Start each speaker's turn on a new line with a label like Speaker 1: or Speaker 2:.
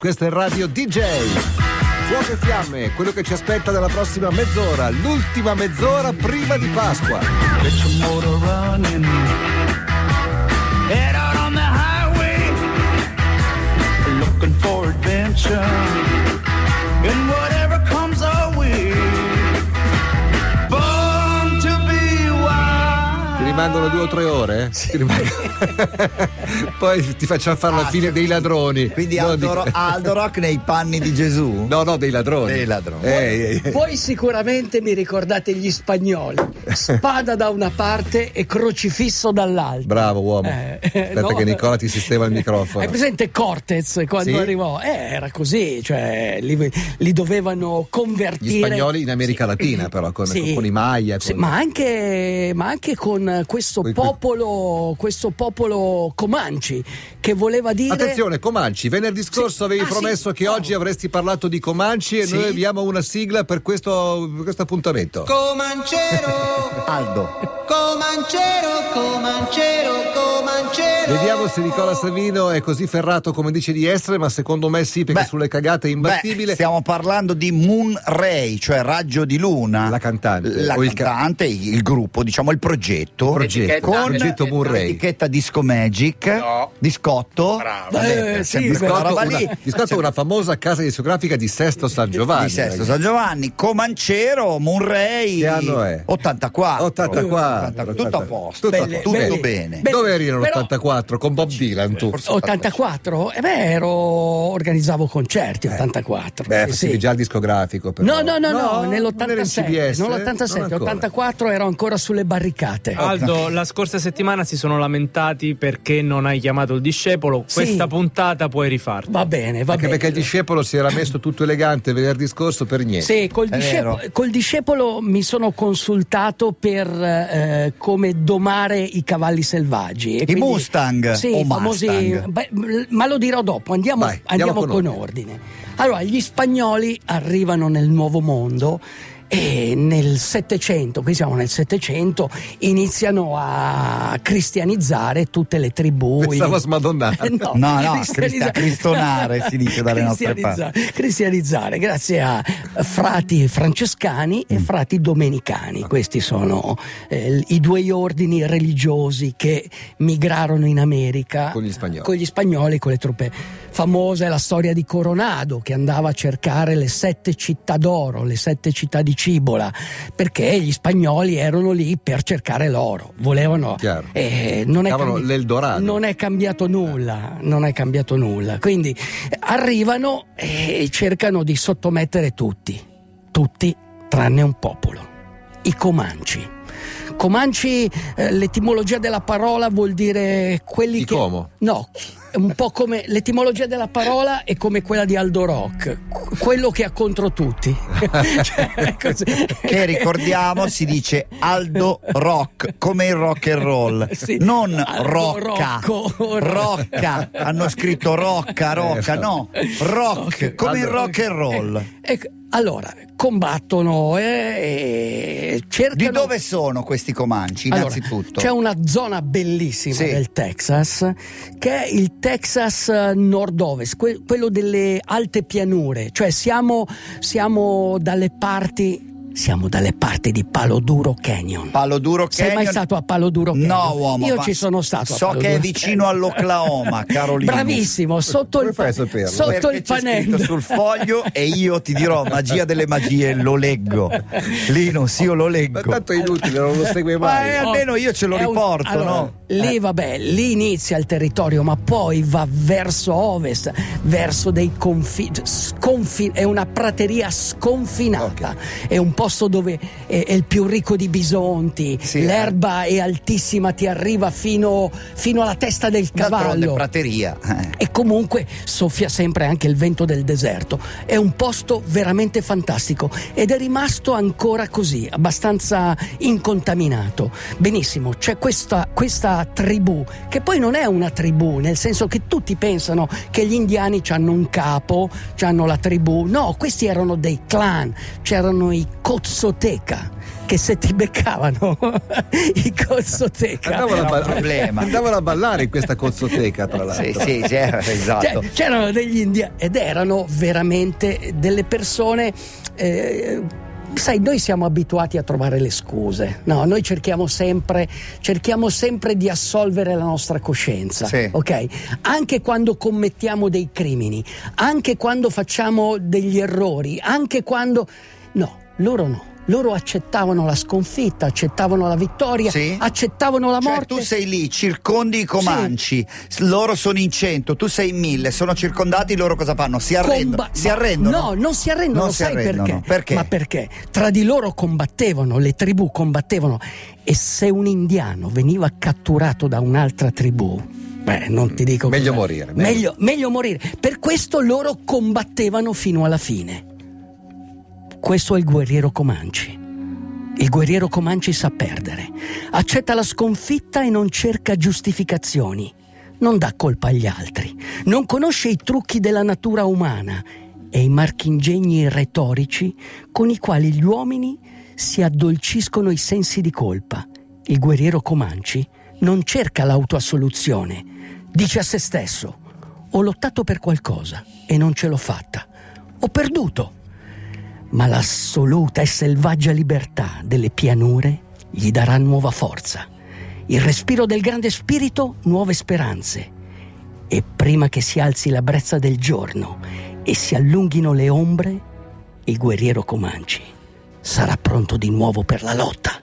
Speaker 1: Questo è Radio DJ. Fuoco e fiamme, quello che ci aspetta dalla prossima mezz'ora, l'ultima mezz'ora prima di Pasqua.
Speaker 2: Get your motor running. Head out on the highway. Looking for adventure. And whatever comes our way. Born to be
Speaker 1: Ti
Speaker 2: wild.
Speaker 1: rimangono due o tre ore? Ti rimangono- Poi ti facciamo fare
Speaker 3: Ah,
Speaker 1: la fine dei ladroni.
Speaker 4: Quindi
Speaker 1: No,
Speaker 4: Aldo,
Speaker 1: di-
Speaker 4: Ro- Aldo Rock nei panni di Gesù?
Speaker 1: No, no, dei ladroni.
Speaker 4: Dei ladroni.
Speaker 1: Eh, eh, eh.
Speaker 3: Voi sicuramente mi ricordate gli spagnoli, spada da una parte e crocifisso dall'altra.
Speaker 1: Bravo uomo.
Speaker 3: Eh,
Speaker 1: Aspetta
Speaker 3: no. Eh,
Speaker 1: che Nicola ti sistema il microfono.
Speaker 3: Hai presente Cortez quando
Speaker 1: Sì.
Speaker 3: arrivò? Eh, era così, cioè li, li dovevano convertire.
Speaker 1: Gli spagnoli in America Latina, però, con- con i Maya, con-
Speaker 3: Sì, ma, anche, ma anche con questo
Speaker 1: Coi- coi-
Speaker 3: popolo, questo popolo Comanci che voleva dire.
Speaker 1: Attenzione, Comanci, venerdì scorso avevi
Speaker 3: Ah, sì.
Speaker 1: promesso che
Speaker 3: Oh.
Speaker 1: oggi avresti parlato di Comanci e
Speaker 3: Sì.
Speaker 1: noi abbiamo una sigla per questo, per questo appuntamento.
Speaker 5: Comancero,
Speaker 1: Eh,
Speaker 4: Aldo,
Speaker 5: comancero, comancero, comancero.
Speaker 1: Vediamo se Nicola Savino è così ferrato come dice di essere, ma secondo me sì, perché
Speaker 4: Beh,
Speaker 1: sulle cagate è imbattibile.
Speaker 4: beh, stiamo parlando di Moon Ray, cioè Raggio di Luna.
Speaker 1: La cantante.
Speaker 4: La
Speaker 1: O il ca-
Speaker 4: cantante, il, gruppo, diciamo il progetto.
Speaker 1: Progetto,
Speaker 4: Con
Speaker 1: progetto Moon Ray.
Speaker 4: l'etichetta Disco Magic.
Speaker 6: No.
Speaker 4: Di Scotto.
Speaker 6: Bravo.
Speaker 4: Vabbè,
Speaker 3: Eh, sì,
Speaker 4: sempre
Speaker 3: beh,
Speaker 4: quella
Speaker 1: Scotto,
Speaker 4: roba
Speaker 1: una,
Speaker 4: lì. Cioè,
Speaker 1: di Scotto, una famosa casa discografica di Sesto San Giovanni.
Speaker 4: di Sesto
Speaker 1: ragazzi.
Speaker 4: San Giovanni, Comancero, Munrei.
Speaker 1: Che anno è?
Speaker 4: 84.
Speaker 1: 84.
Speaker 4: Tutto a posto,
Speaker 1: Tutto a
Speaker 4: tutto,
Speaker 1: posto.
Speaker 3: Belle-
Speaker 4: bene.
Speaker 3: Beh,
Speaker 1: Dove eri
Speaker 3: però-
Speaker 1: nell'84 con Bob Dylan tu?
Speaker 3: 84? E Eh beh, ero, organizzavo concerti, 84.
Speaker 1: Beh,
Speaker 3: Eh,
Speaker 1: facevi
Speaker 3: sì.
Speaker 1: già il discografico però.
Speaker 3: No, no, no, no,
Speaker 1: non eri in
Speaker 3: nell'87,
Speaker 1: CBS, eh? Non
Speaker 3: nell'87,
Speaker 1: ancora. Ah.
Speaker 3: 84 ero ancora sulle barricate.
Speaker 7: Aldo, la scorsa settimana si sono lamentati perché non hai chiamato il discepolo.
Speaker 3: Sì.
Speaker 7: Questa puntata puoi rifarti.
Speaker 3: Va bene, va
Speaker 1: Anche
Speaker 3: bene.
Speaker 1: perché il discepolo si era messo tutto elegante venerdì scorso per niente.
Speaker 3: Sì, col,
Speaker 4: È
Speaker 3: discepo-
Speaker 4: vero.
Speaker 3: col discepolo mi sono consultato per eh, come domare i cavalli selvaggi. E
Speaker 4: I
Speaker 3: quindi-
Speaker 4: Mustang
Speaker 3: Sì,
Speaker 4: o
Speaker 3: i famosi,
Speaker 4: Mustang?
Speaker 3: beh, m- ma lo dirò dopo, andiamo,
Speaker 1: Vai, andiamo
Speaker 3: andiamo
Speaker 1: con
Speaker 3: con, ordine. Allora, gli spagnoli arrivano nel nuovo mondo e nel Settecento, qui siamo nel Settecento, iniziano a cristianizzare tutte le tribù.
Speaker 1: Pensavo a
Speaker 3: i-
Speaker 1: smadonnare.
Speaker 3: Eh, no,
Speaker 4: No, no,
Speaker 3: cristianizza-
Speaker 4: cristia- cristonare si dice dalle nostre
Speaker 3: Cristianizza- Cristianizzare, grazie a frati francescani
Speaker 4: Mm.
Speaker 3: e frati domenicani. Questi sono eh, i due ordini religiosi che migrarono in America
Speaker 1: Con gli spagnoli.
Speaker 3: con gli spagnoli, con le truppe. Famosa è la storia di Coronado che andava a cercare le sette città d'oro, le sette città di Cibola, perché gli spagnoli erano lì per cercare l'oro, volevano...
Speaker 1: Chiaro.
Speaker 3: Eh, non è
Speaker 1: Cavolo,
Speaker 3: cambi-
Speaker 1: l'Eldorado.
Speaker 3: Non è cambiato nulla, non è cambiato nulla. Quindi eh, arrivano eh, e cercano di sottomettere tutti, tutti tranne un popolo, i Comanci. Comanci, eh, l'etimologia della parola vuol dire quelli
Speaker 1: Di
Speaker 3: che...
Speaker 1: Como.
Speaker 3: No, è un po' come l'etimologia della parola è come quella di Aldo Rock, quello che ha contro tutti. Cioè, è così.
Speaker 4: Che ricordiamo si dice Aldo Rock, come il rock and roll,
Speaker 3: Sì.
Speaker 4: non
Speaker 3: Aldo
Speaker 4: Rocca.
Speaker 3: Rocco.
Speaker 4: Rocca, hanno scritto Rocca,
Speaker 1: Eh,
Speaker 4: Rocca, no, Rock, come il
Speaker 1: Aldo-
Speaker 4: rock and roll.
Speaker 3: Ecco, allora, combattono eh, e cercano...
Speaker 4: Di dove sono questi comanci,
Speaker 3: Allora,
Speaker 4: innanzitutto?
Speaker 3: c'è una zona bellissima
Speaker 4: Sì.
Speaker 3: del Texas che è il Texas eh, nord-ovest, que- quello delle alte pianure, cioè siamo, siamo dalle parti siamo dalle parti di Palo Duro Canyon.
Speaker 4: Palo Duro Canyon.
Speaker 3: Sei mai stato a Palo Duro Canyon?
Speaker 4: No, uomo.
Speaker 3: Io
Speaker 4: ma
Speaker 3: ci sono stato. a
Speaker 4: So
Speaker 3: Palo
Speaker 4: che è
Speaker 3: Duro
Speaker 4: vicino
Speaker 3: Canyon.
Speaker 4: all'Oklahoma, Carolina.
Speaker 3: Bravissimo, sotto
Speaker 1: Come
Speaker 3: il,
Speaker 1: fai a saperlo?
Speaker 3: sotto
Speaker 4: Perché
Speaker 3: il
Speaker 4: c'è
Speaker 3: panello.
Speaker 4: scritto sul foglio e io ti dirò magia delle magie, lo leggo. Linus, io lo
Speaker 1: Ma
Speaker 4: leggo.
Speaker 1: tanto è inutile, non lo segue
Speaker 4: Ma
Speaker 1: mai.
Speaker 4: è- Eh, almeno io ce lo
Speaker 3: È un-
Speaker 4: riporto,
Speaker 3: allora,
Speaker 4: no? Eh.
Speaker 3: Lì vabbè, lì inizia il territorio, ma poi va verso ovest, verso dei confini. è una prateria sconfinata. È un posto dove è, è il più ricco di bisonti.
Speaker 4: Sì, eh.
Speaker 3: L'erba è altissima, ti arriva fino, fino alla testa del
Speaker 4: D'altronde
Speaker 3: cavallo.
Speaker 4: prateria. eh.
Speaker 3: E comunque soffia sempre anche il vento del deserto. È un posto veramente fantastico ed è rimasto ancora così, abbastanza incontaminato. Benissimo, c'è questa, questa tribù, che poi non è una tribù, nel senso che tutti pensano che gli indiani hanno un capo, hanno la tribù. No, questi erano dei clan, c'erano i cozzoteca, che se ti beccavano i cozzoteca...
Speaker 1: Andavano a,
Speaker 4: Era un
Speaker 1: ball-
Speaker 4: problema.
Speaker 1: andavano a ballare in questa cozzoteca, tra l'altro.
Speaker 4: Sì, sì, sì, eh, esatto.
Speaker 3: Cioè, c'erano degli indiani ed erano veramente delle persone. eh, Sai, noi siamo abituati a trovare le scuse, no? Noi cerchiamo sempre, cerchiamo sempre di assolvere la nostra coscienza,
Speaker 4: Sì.
Speaker 3: ok? Anche quando commettiamo dei crimini, anche quando facciamo degli errori, anche quando. No, loro no. Loro accettavano la sconfitta, accettavano la vittoria,
Speaker 4: Sì.
Speaker 3: accettavano la
Speaker 4: Cioè,
Speaker 3: morte.
Speaker 4: tu sei lì, circondi i comanci, s- loro sono in cento, tu sei in mille, sono circondati, loro cosa fanno? Si arrendono.
Speaker 3: Comba-
Speaker 4: si arrendono?
Speaker 3: No, non si arrendono,
Speaker 4: Non si
Speaker 3: sai
Speaker 4: arrendono.
Speaker 3: perché?
Speaker 4: Perché?
Speaker 3: Ma perché? Tra di loro combattevano, le tribù combattevano e se un indiano veniva catturato da un'altra tribù, beh, non ti dico
Speaker 1: Meglio
Speaker 3: cos'è.
Speaker 1: morire, meglio.
Speaker 3: Meglio, meglio morire. Per questo loro combattevano fino alla fine. Questo è il guerriero Comanci. Il guerriero Comanci sa perdere, accetta la sconfitta e non cerca giustificazioni, non dà colpa agli altri, non conosce i trucchi della natura umana e i marchingegni retorici con i quali gli uomini si addolciscono i sensi di colpa. Il guerriero Comanci non cerca l'autoassoluzione, dice a se stesso: Ho lottato per qualcosa e non ce l'ho fatta, ho perduto ma l'assoluta e selvaggia libertà delle pianure gli darà nuova forza, il respiro del grande spirito nuove speranze. E prima che si alzi la brezza del giorno e si allunghino le ombre, il guerriero Comanci sarà pronto di nuovo per la lotta.